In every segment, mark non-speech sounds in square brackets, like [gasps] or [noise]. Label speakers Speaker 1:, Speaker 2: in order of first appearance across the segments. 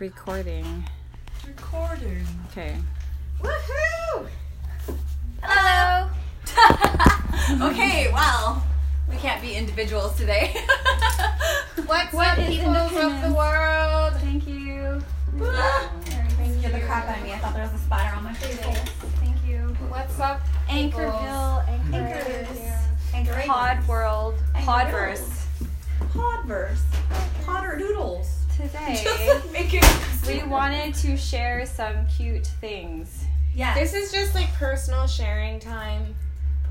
Speaker 1: Recording.
Speaker 2: Recording.
Speaker 1: Okay.
Speaker 2: Woohoo!
Speaker 3: Hello.
Speaker 2: okay, well, we can't be individuals today.
Speaker 3: What's
Speaker 1: What
Speaker 3: up,
Speaker 1: is
Speaker 3: peoples of the
Speaker 1: independence?
Speaker 3: world?
Speaker 1: Thank you.
Speaker 2: Scared the crap out of me. I thought there was a spider on my face.
Speaker 3: Thank you. What's up, peoples?
Speaker 1: Anchorville, Anchor,
Speaker 3: Anchors.
Speaker 2: Anchor
Speaker 1: Pod World, Podverse.
Speaker 2: Podverse. Potter noodles.
Speaker 1: Today,
Speaker 2: make it.
Speaker 1: we wanted to share some cute things.
Speaker 2: Yeah.
Speaker 3: This is just like personal sharing time.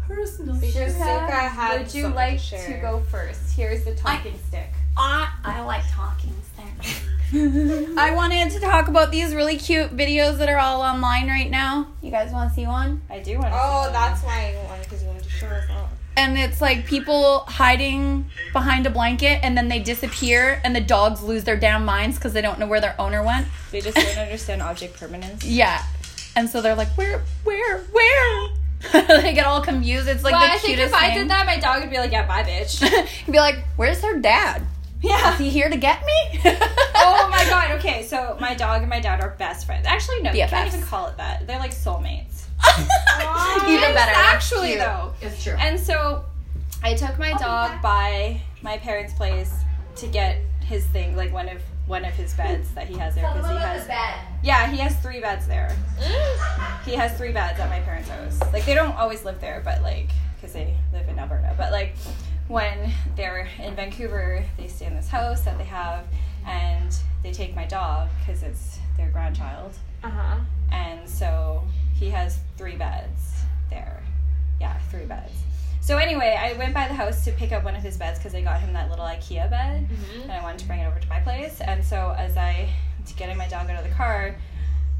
Speaker 2: personal.
Speaker 3: Because Suka had
Speaker 1: would you
Speaker 3: something
Speaker 1: like
Speaker 3: to,
Speaker 1: to
Speaker 3: share.
Speaker 1: go first? Here's the talking stick.
Speaker 2: I, I like talking stuff.
Speaker 3: [laughs] I wanted to talk about these really cute videos that are all online right now. You guys want to see one?
Speaker 1: I do want to.
Speaker 4: Oh, that's why you wanted because you wanted to show us off.
Speaker 3: And it's like people hiding behind a blanket and then they disappear and the dogs lose their damn minds because they don't know where their owner went.
Speaker 1: They just don't understand object permanence.
Speaker 3: Yeah. And so they're like, where, where, where? [laughs] they get all confused. It's like
Speaker 1: well,
Speaker 3: the
Speaker 1: I think if
Speaker 3: cutest
Speaker 1: I
Speaker 3: thing.
Speaker 1: did that, my dog would be like, "Yeah, bye, bitch."
Speaker 3: [laughs] You'd be like, where's her dad? Is
Speaker 1: [laughs] yeah.
Speaker 3: he here to get me?
Speaker 1: [laughs] oh my
Speaker 3: [laughs]
Speaker 1: god. Okay, so my dog and my dad are best friends. Actually, no, you can't
Speaker 3: BFFs.
Speaker 1: even call it that. They're like soulmates.
Speaker 3: Even
Speaker 1: [laughs] Yes,
Speaker 3: better.
Speaker 1: Actually,
Speaker 3: Cute.
Speaker 1: though.
Speaker 2: It's true.
Speaker 1: And so I took my dog by my parents' place to get his thing, like one of one of his beds that he has there because he has yeah he has three beds
Speaker 3: [gasps]
Speaker 1: there. He has three beds at my parents' house. Like they don't always live there, but like because they live in Alberta. But like when they're in Vancouver, they stay in this house that they have, and they take my dog because it's their grandchild
Speaker 4: Uh
Speaker 1: Uh-huh.
Speaker 4: huh.
Speaker 1: and so he has three beds there. Yeah, three beds. So anyway, I went by the house to pick up one of his beds because I got him that little IKEA bed, and I wanted to bring it over to my place. And so as I to getting my dog out of the car,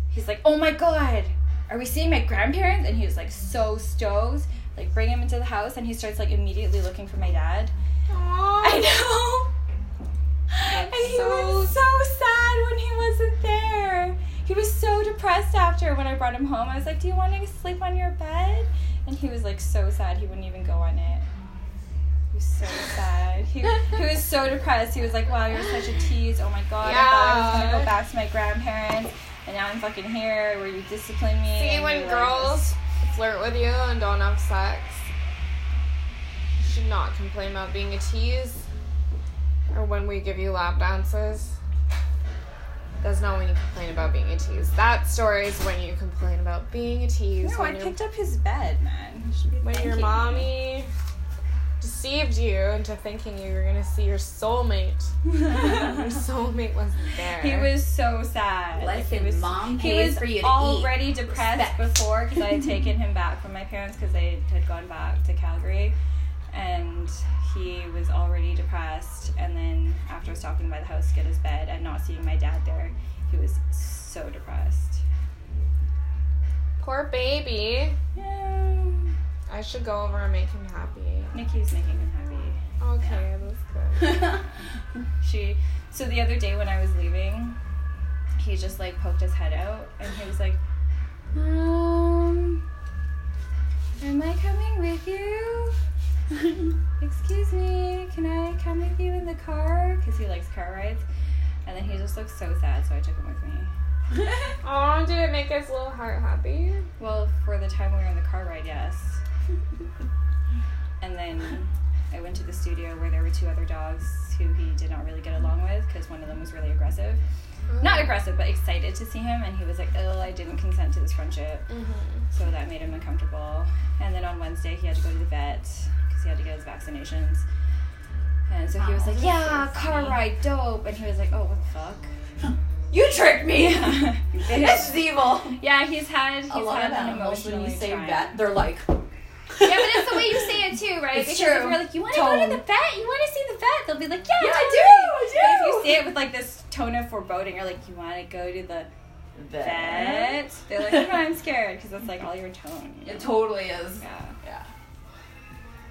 Speaker 1: he's like, "Oh my god, are we seeing my grandparents?" And he was like so stoked, like bring him into the house, and he starts like immediately looking for my dad. I know. and he was so sad when he wasn't there. He was so depressed after when I brought him home. I was like, Do you want to sleep on your bed? And he was like so sad he wouldn't even go on it. He was so sad. He, he was so depressed. He was like, Wow, you're such a tease. Oh my god, I thought I was gonna go
Speaker 4: Yeah.
Speaker 1: back to my grandparents and now I'm fucking here where you discipline me.
Speaker 4: See,
Speaker 1: and
Speaker 4: when
Speaker 1: you, like, just-
Speaker 4: girls flirt with you and don't have sex, you should not complain about being a tease. Or when we give you lap dances. That's not when you complain about being a tease. That story is when you complain about being a tease.
Speaker 1: No,
Speaker 4: when
Speaker 1: I
Speaker 4: your-
Speaker 1: picked up his bed, man. He should be
Speaker 4: when your
Speaker 1: thanking me.
Speaker 4: mommy deceived you into thinking you were gonna see your soulmate.
Speaker 1: [laughs]
Speaker 4: Your soulmate wasn't there.
Speaker 1: He was so sad. Like, he
Speaker 2: Listen,
Speaker 1: was,
Speaker 2: mom
Speaker 1: he
Speaker 2: pays
Speaker 1: was
Speaker 2: for you to
Speaker 1: already depressed
Speaker 2: Respect.
Speaker 1: before because I
Speaker 2: [laughs]
Speaker 1: had taken him back from my parents because they had gone back to Calgary, and he was already depressed. And then after I stopping by the house to get his bed and not seeing my dad there, he was so depressed.
Speaker 4: Poor baby.
Speaker 1: Yeah,
Speaker 4: I should go over and make him happy.
Speaker 1: Nikki's making him happy.
Speaker 4: Okay, that's good.
Speaker 1: [laughs] she so the other day when I was leaving, he just like poked his head out and he was like, Um Am I coming with you? [laughs] Excuse me, can I come with you in the car? Because he likes car rides. And then he just looked so sad, so I took him with me.
Speaker 4: Oh, did it make his little heart happy?
Speaker 1: Well, for the time we were in the car ride, yes. and then I went to the studio where there were two other dogs who he did not really get along with because one of them was really aggressive. Not aggressive, but excited to see him, and he was like, "Oh, I didn't consent to this friendship,"
Speaker 4: Mm-hmm.
Speaker 1: so that made him uncomfortable. And then on Wednesday, he had to go to the vet because he had to get his vaccinations. And so he was like, "Yeah, car ride, dope," and he was like, "Oh, what the fuck."
Speaker 2: You
Speaker 1: [laughs]
Speaker 2: tricked me.
Speaker 1: Yeah,
Speaker 2: This is evil.
Speaker 1: yeah he's had he's
Speaker 2: a lot
Speaker 1: had
Speaker 2: of
Speaker 1: an
Speaker 2: animals when
Speaker 1: emotionally
Speaker 2: you say
Speaker 1: trying-
Speaker 2: that, they're [laughs] like.
Speaker 1: Yeah, but it's the way you say it too, right?
Speaker 2: It's
Speaker 1: because if
Speaker 2: true.
Speaker 1: we're like, you want to go
Speaker 2: Tone.
Speaker 1: to the vet, you want to see the vet, they'll be like, yeah,
Speaker 2: Yeah,
Speaker 1: totally.
Speaker 2: I do, I
Speaker 1: But if
Speaker 2: do.
Speaker 1: you say it with like this tone of foreboding, or like, you want to go to the [laughs]
Speaker 2: That.
Speaker 1: vet, they're like, no, I'm scared, because that's like all your tone. you
Speaker 2: It
Speaker 1: know?
Speaker 2: totally is.
Speaker 1: Yeah.
Speaker 2: Yeah.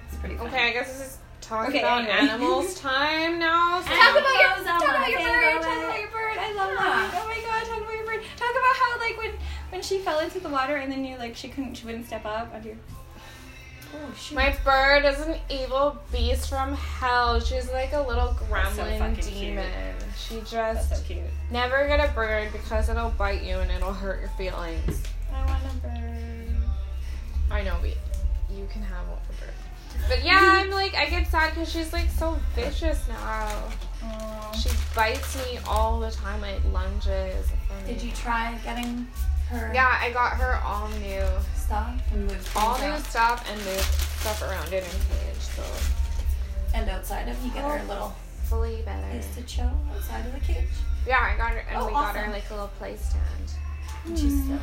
Speaker 2: It's pretty funny.
Speaker 4: Okay, I guess this is talking
Speaker 1: Okay,
Speaker 4: about
Speaker 1: anyway. [laughs]
Speaker 4: animals time now. So
Speaker 1: Talk about your
Speaker 2: Animals on
Speaker 1: talk about
Speaker 2: my
Speaker 1: your
Speaker 2: finger
Speaker 1: bird. Talk about
Speaker 2: leg.
Speaker 1: your bird. I love
Speaker 2: Yeah.
Speaker 1: that. Oh my god, talk about your bird. Talk about how like when when she fell into the water and then you like she couldn't she wouldn't step up under.
Speaker 2: Oh, shoot.
Speaker 4: My bird is an evil beast from hell. She's like a little
Speaker 1: That's so
Speaker 4: gremlin
Speaker 1: fucking cute.
Speaker 4: demon. She
Speaker 1: That's
Speaker 4: just
Speaker 1: so cute.
Speaker 4: never get a bird because it'll bite you and it'll hurt your feelings.
Speaker 1: I want a bird.
Speaker 4: I know, we you can have one for bird. But yeah,
Speaker 3: [laughs]
Speaker 4: I'm like I get sad because she's like so vicious now. She bites me all the time. Like lunges. for me.
Speaker 3: Did you try getting her
Speaker 4: Yeah, I got her all new,
Speaker 3: stuff?
Speaker 2: And move
Speaker 4: all
Speaker 2: things
Speaker 4: new
Speaker 2: out.
Speaker 4: stuff and moved stuff around it in cage, so
Speaker 3: And outside of you get her a little
Speaker 4: fully better.
Speaker 3: place to chill outside of the cage.
Speaker 4: Yeah, I got her, and
Speaker 3: Oh,
Speaker 4: we got her
Speaker 3: awesome.
Speaker 4: like a little play stand.
Speaker 3: And she's still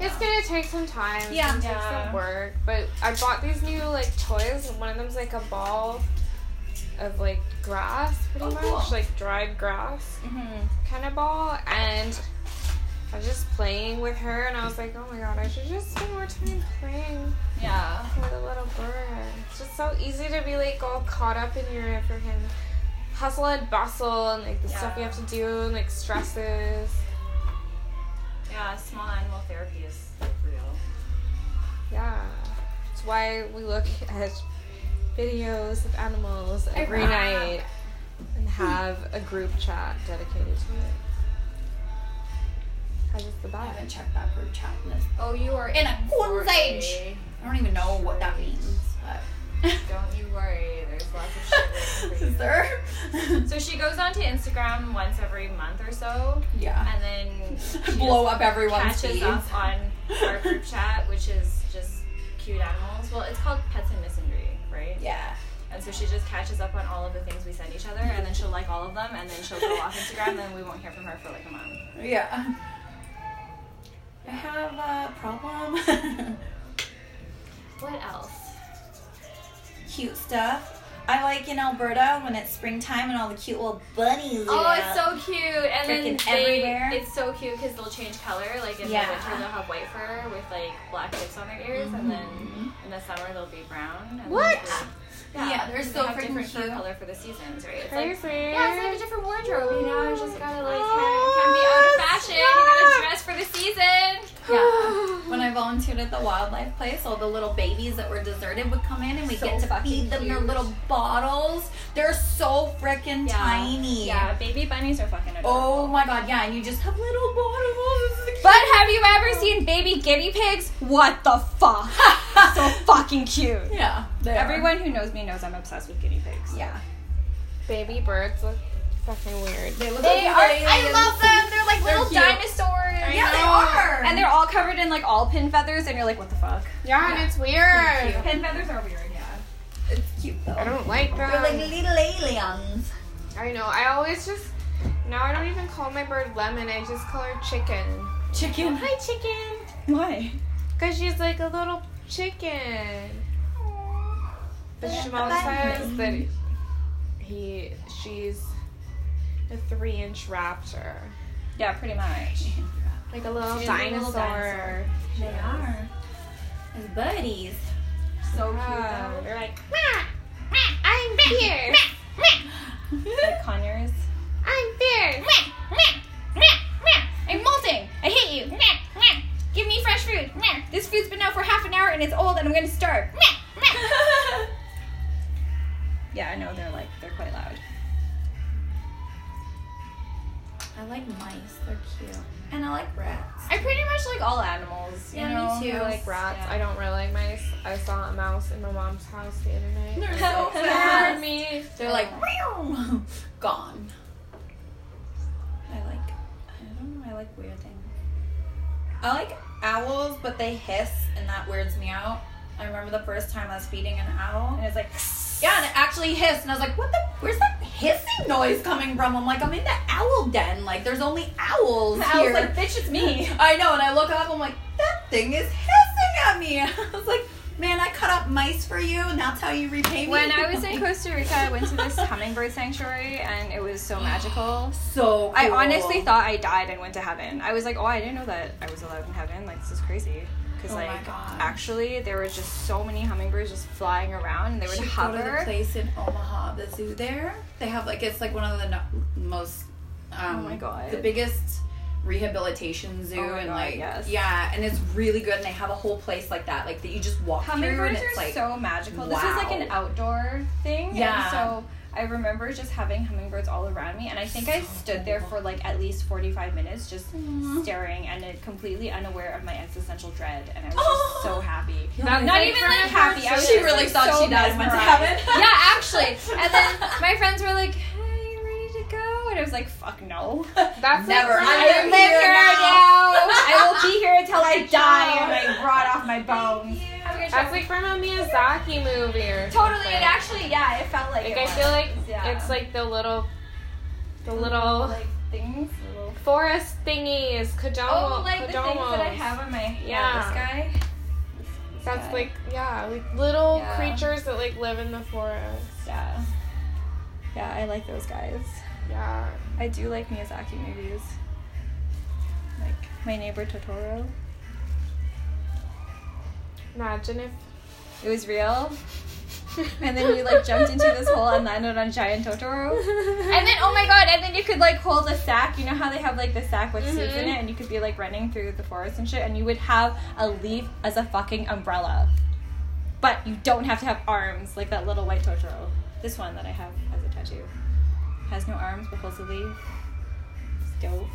Speaker 4: It's gonna take some time. It's
Speaker 3: Yeah.
Speaker 4: gonna take
Speaker 1: Yeah.
Speaker 4: some work. But I bought these new like toys, and one of them's like a ball of like grass, pretty
Speaker 3: Oh,
Speaker 4: much,
Speaker 3: cool.
Speaker 4: like dried grass
Speaker 1: Mm-hmm.
Speaker 4: kind of ball. And I was just playing with her, and I was like, oh my god, I should just spend more time playing
Speaker 1: Yeah.
Speaker 4: with a little bird. It's just so easy to be like all caught up in your freaking hustle and bustle, and like the stuff you
Speaker 1: Yeah.
Speaker 4: have to do, and like stresses.
Speaker 1: Yeah, small animal therapy is like real.
Speaker 4: Yeah. It's why we look at videos of animals every night and have a group chat dedicated to it. How's this the
Speaker 3: I
Speaker 4: best?
Speaker 3: haven't checked that group chat in this.
Speaker 2: Oh, you are
Speaker 3: In a corn's
Speaker 2: for
Speaker 3: age. I don't even know what that means,
Speaker 2: [laughs]
Speaker 3: but
Speaker 2: Don't you worry. There's lots
Speaker 1: [laughs]
Speaker 2: of shit. waiting for you.
Speaker 3: is there?
Speaker 1: So she goes onto Instagram once every month or so,
Speaker 2: [laughs]
Speaker 3: yeah.
Speaker 1: and [laughs] then she
Speaker 3: Blow
Speaker 1: just
Speaker 3: up everyone's
Speaker 1: catches
Speaker 3: feeds.
Speaker 1: up on our group chat, which is just cute animals. Well, it's called Pets and Misandry, right?
Speaker 3: Yeah.
Speaker 1: And so she just catches up on all of the things we send each other, and then she'll like all of them, and then she'll go off Instagram, and then we won't hear from her for like a month.
Speaker 3: Yeah. I have a problem. [laughs]
Speaker 1: What else?
Speaker 3: cute stuff. I like in Alberta when it's springtime and all the cute little bunnies.
Speaker 1: Oh,
Speaker 3: are
Speaker 1: it's
Speaker 3: out.
Speaker 1: so cute! And then
Speaker 3: Freaking
Speaker 1: they,
Speaker 3: everywhere.
Speaker 1: it's so cute because they'll change color. Like in
Speaker 3: Yeah.
Speaker 1: the winter, they'll have white fur with like black tips on their ears, and then in the summer they'll be brown. And
Speaker 4: What?
Speaker 1: then they'll-
Speaker 3: Yeah, they're
Speaker 1: because
Speaker 3: so
Speaker 1: they have
Speaker 3: freaking
Speaker 1: different fur
Speaker 3: cute.
Speaker 1: color for the seasons, right? It's like
Speaker 4: Crazy.
Speaker 1: yeah, it's like a different wardrobe. You know, you just gotta like
Speaker 4: Oh.
Speaker 1: can be out of fashion. You gotta dress for the season.
Speaker 3: Yeah. When I volunteered at the wildlife place, all the little babies that were deserted would come in and we
Speaker 2: So
Speaker 3: get to
Speaker 2: fucking
Speaker 3: feed them their
Speaker 2: cute.
Speaker 3: little bottles. They're so freaking
Speaker 1: Yeah.
Speaker 3: tiny.
Speaker 1: Yeah, baby bunnies are fucking
Speaker 3: Oh
Speaker 1: adorable.
Speaker 3: my god, yeah, and you just have little bottles. [laughs] This is
Speaker 1: But have you ever seen baby guinea pigs? What the fuck? so fucking cute.
Speaker 3: cute. [laughs] Yeah. they are.
Speaker 1: Everyone who knows me knows I'm obsessed with guinea pigs.
Speaker 3: Yeah.
Speaker 4: Baby birds look fucking weird.
Speaker 3: They look
Speaker 1: They
Speaker 3: like
Speaker 1: are. I love them. They're like
Speaker 3: They're
Speaker 1: little
Speaker 3: cute.
Speaker 1: dinosaurs.
Speaker 3: Yeah, they are.
Speaker 1: And they're all covered in like all pin feathers, and you're like, what the fuck?
Speaker 4: Yeah, and it's weird.
Speaker 1: Pin feathers are weird. Yeah.
Speaker 3: it's cute though.
Speaker 4: I don't like
Speaker 3: They're like
Speaker 4: them.
Speaker 3: little aliens.
Speaker 4: I know. I always just now I don't even call my bird lemon. I just call her chicken.
Speaker 3: Chicken.
Speaker 4: Hi, chicken.
Speaker 1: Why?
Speaker 4: Cause she's like a little chicken. But Shimon says that he she's a three inch raptor.
Speaker 1: Yeah, pretty much.
Speaker 4: Like a little
Speaker 1: She's a
Speaker 4: dinosaur.
Speaker 1: little dinosaur.
Speaker 3: They are. As buddies.
Speaker 1: So
Speaker 4: Yeah.
Speaker 1: cute. Though. They're like
Speaker 4: Meow, meow, [laughs] I'm here.
Speaker 1: [laughs] like Conyers.
Speaker 4: I'm there.
Speaker 1: I'm molting. I hate you. Give me fresh food. This food's been out for half an hour and it's old and I'm gonna starve. yeah, I know they're like they're quite loud.
Speaker 3: I like mice. They're cute. And I like rats.
Speaker 1: I pretty much like all animals. You
Speaker 3: Yeah, me
Speaker 1: know?
Speaker 3: too.
Speaker 4: I like rats. I don't really like mice. I saw a mouse in my mom's house the other night.
Speaker 3: They're
Speaker 1: [laughs]
Speaker 4: It
Speaker 3: so
Speaker 4: scared
Speaker 3: fast.
Speaker 4: me.
Speaker 3: They're like meow, [laughs] gone. I like
Speaker 1: I don't know. I like weird things.
Speaker 3: I like owls, but they hiss and that weirds me out. I remember the first time I was feeding an owl.
Speaker 1: And it's like
Speaker 3: Yeah, and it actually hissed, and I was like, "What the? Where's that hissing noise coming from?" I'm like, "I'm in the owl den. Like, there's only owls
Speaker 1: the
Speaker 3: here."
Speaker 1: owl's like, bitch, it's me.
Speaker 3: [laughs] I know, and I look up, I'm like, that thing is hissing at me. [laughs] I was like, man, I cut up mice for you, and that's how you repay me.
Speaker 1: When I was in
Speaker 3: [laughs]
Speaker 1: Costa Rica, I went to this hummingbird sanctuary and it was so
Speaker 3: [gasps]
Speaker 1: magical.
Speaker 3: so
Speaker 1: I
Speaker 3: cool.
Speaker 1: honestly thought I died and went to heaven. I was like, oh, I didn't know that I was allowed in heaven. Like, this is crazy. Because,
Speaker 3: Oh my
Speaker 1: like,
Speaker 3: gosh.
Speaker 1: actually, there were just so many hummingbirds just flying around and they would
Speaker 3: Should go to the
Speaker 1: hover.
Speaker 3: place in Omaha, the zoo there. They have like it's like one of the no- most. Um,
Speaker 1: Oh my God.
Speaker 3: The biggest rehabilitation zoo
Speaker 1: Oh my
Speaker 3: and
Speaker 1: God,
Speaker 3: like
Speaker 1: yes.
Speaker 3: yeah, and it's really good and they have a whole place like that like that you just walk through and
Speaker 1: Hummingbirds
Speaker 3: it's
Speaker 1: are
Speaker 3: like
Speaker 1: so magical. This is like an
Speaker 3: wow.
Speaker 1: outdoor thing. and
Speaker 3: Yeah.
Speaker 1: so I remember just having hummingbirds all around me, and I think I stood there for like at least 45 minutes just staring and uh, completely unaware of my existential dread, and I was [gasps] just so happy.
Speaker 4: That-
Speaker 1: Not
Speaker 4: like,
Speaker 1: even
Speaker 4: for
Speaker 1: like
Speaker 4: her,
Speaker 1: happy. I was
Speaker 3: she
Speaker 1: just,
Speaker 3: really
Speaker 1: like,
Speaker 3: thought
Speaker 1: so
Speaker 3: she died and went to
Speaker 1: mesmerized. [laughs]
Speaker 3: heaven.
Speaker 1: yeah, actually. And then my friends were like, "Hey, you ready to go?" And I was like, "Fuck [laughs] no."
Speaker 4: That's
Speaker 3: Never.
Speaker 4: Like,
Speaker 1: I live
Speaker 3: here
Speaker 1: here now. I will be [laughs] here until I die
Speaker 4: child.
Speaker 1: and I rot off my bones. Have a good
Speaker 4: that's
Speaker 1: show.
Speaker 4: like from a Miyazaki movie or
Speaker 1: Totally,
Speaker 4: something.
Speaker 1: it actually, yeah, it felt like.
Speaker 4: Like
Speaker 1: it
Speaker 4: I
Speaker 1: was.
Speaker 4: feel like
Speaker 1: Yeah.
Speaker 4: it's like the little, the little
Speaker 1: like things. Little.
Speaker 4: forest thingies, Kodomo.
Speaker 1: Oh, like the things that I
Speaker 4: Kodomos.
Speaker 1: have on my yeah,
Speaker 4: Yeah.
Speaker 1: this guy. This
Speaker 4: That's
Speaker 1: guy.
Speaker 4: like yeah, like little
Speaker 1: Yeah.
Speaker 4: creatures that like live in the forest.
Speaker 1: yeah, yeah. I like those guys.
Speaker 4: Yeah.
Speaker 1: I do like Miyazaki movies, like My Neighbor Totoro.
Speaker 4: Imagine if
Speaker 1: It was real. [laughs] And then you like jumped into this
Speaker 4: [laughs]
Speaker 1: hole and landed on giant Totoro. And then oh my god, and then you could like hold a sack. You know how they have like the sack with seeds in
Speaker 4: Mhm.
Speaker 1: it and you could be like running through the forest and shit and you would have a leaf as a fucking umbrella. But you don't have to have arms like that little white Totoro. This one that I have as a tattoo. Has no arms but holds a leaf. It's dope.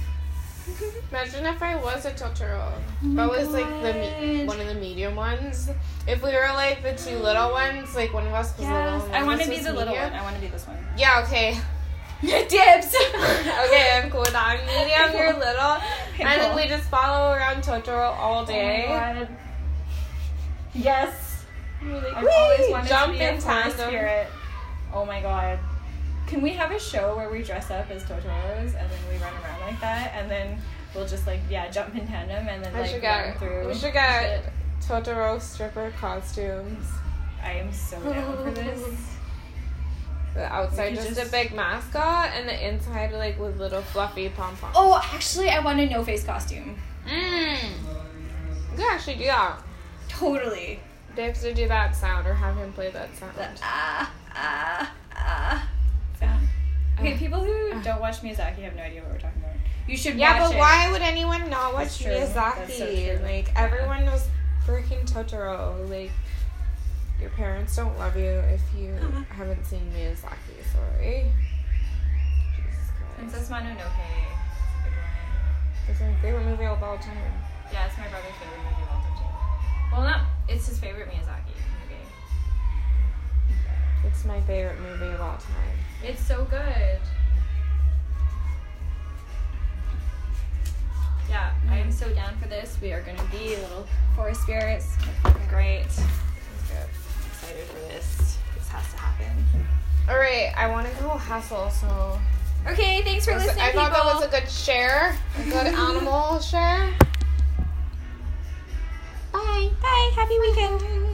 Speaker 4: Imagine if I was a Totoro. If I was like the me-
Speaker 1: Oh God.
Speaker 4: one of the medium ones. If we were like the two little ones, like one of us was little.
Speaker 1: Yes,
Speaker 4: and
Speaker 1: I
Speaker 4: one of
Speaker 1: want to
Speaker 4: us
Speaker 1: be
Speaker 4: was
Speaker 1: the little
Speaker 4: medium.
Speaker 1: one. I want to be this one. [laughs]
Speaker 4: Yeah. Okay.
Speaker 1: Dibs.
Speaker 4: [laughs] Okay. I'm cool. with that. I'm medium. [laughs] You're little. Oh And then
Speaker 1: Cool.
Speaker 4: we just follow around Totoro all day.
Speaker 1: Oh Yes.
Speaker 4: We're like,
Speaker 1: I've always
Speaker 4: "Whee!"
Speaker 1: wanted
Speaker 4: Jump
Speaker 1: to be
Speaker 4: in
Speaker 1: a forest
Speaker 4: tandem.
Speaker 1: spirit. Oh my god. Can we have a show where we dress up as Totoros and then we run around like that and then we'll just like yeah jump in tandem and then
Speaker 4: I
Speaker 1: like
Speaker 4: should
Speaker 1: run
Speaker 4: get.
Speaker 1: through.
Speaker 4: We should get
Speaker 1: shit.
Speaker 4: Totoro stripper costumes.
Speaker 1: I am so down for this.
Speaker 4: The outside
Speaker 1: We could
Speaker 4: just, a
Speaker 1: just-
Speaker 4: big mascot, and the inside like with little fluffy pom poms.
Speaker 1: [laughs] Oh, actually, I want a no face costume.
Speaker 4: Mmm. You could actually do that.
Speaker 1: Totally.
Speaker 4: They have to do that sound or have him play that sound.
Speaker 1: The ah ah ah sound.
Speaker 4: Uh,
Speaker 1: Okay, people who don't watch Miyazaki have no idea what we're talking about. You should
Speaker 4: yeah,
Speaker 1: watch
Speaker 4: but
Speaker 1: it.
Speaker 4: why would anyone not
Speaker 1: That's
Speaker 4: watch
Speaker 1: true. That's so
Speaker 4: Miyazaki?
Speaker 1: true.
Speaker 4: like
Speaker 1: Yeah.
Speaker 4: everyone knows freaking Totoro. Like your parents don't love you if you
Speaker 1: Uh-huh.
Speaker 4: haven't seen Miyazaki. Sorry. Jesus Christ.
Speaker 1: Princess Mononoke.
Speaker 4: That's my favorite movie of all time.
Speaker 1: Yeah, it's my brother's favorite movie of all time. too. Well, not. It's his favorite Miyazaki movie.
Speaker 4: It's my favorite movie of all time.
Speaker 1: It's so good. Yeah, I am so down for this. We are gonna be little forest spirits. We're fucking great. Excited for this. This has to happen.
Speaker 4: All right, I want to go hustle. So
Speaker 1: Okay, thanks for listening,
Speaker 4: I thought
Speaker 1: people.
Speaker 4: that was a good share,
Speaker 1: [laughs]
Speaker 4: a good animal share.
Speaker 1: Bye. Happy weekend.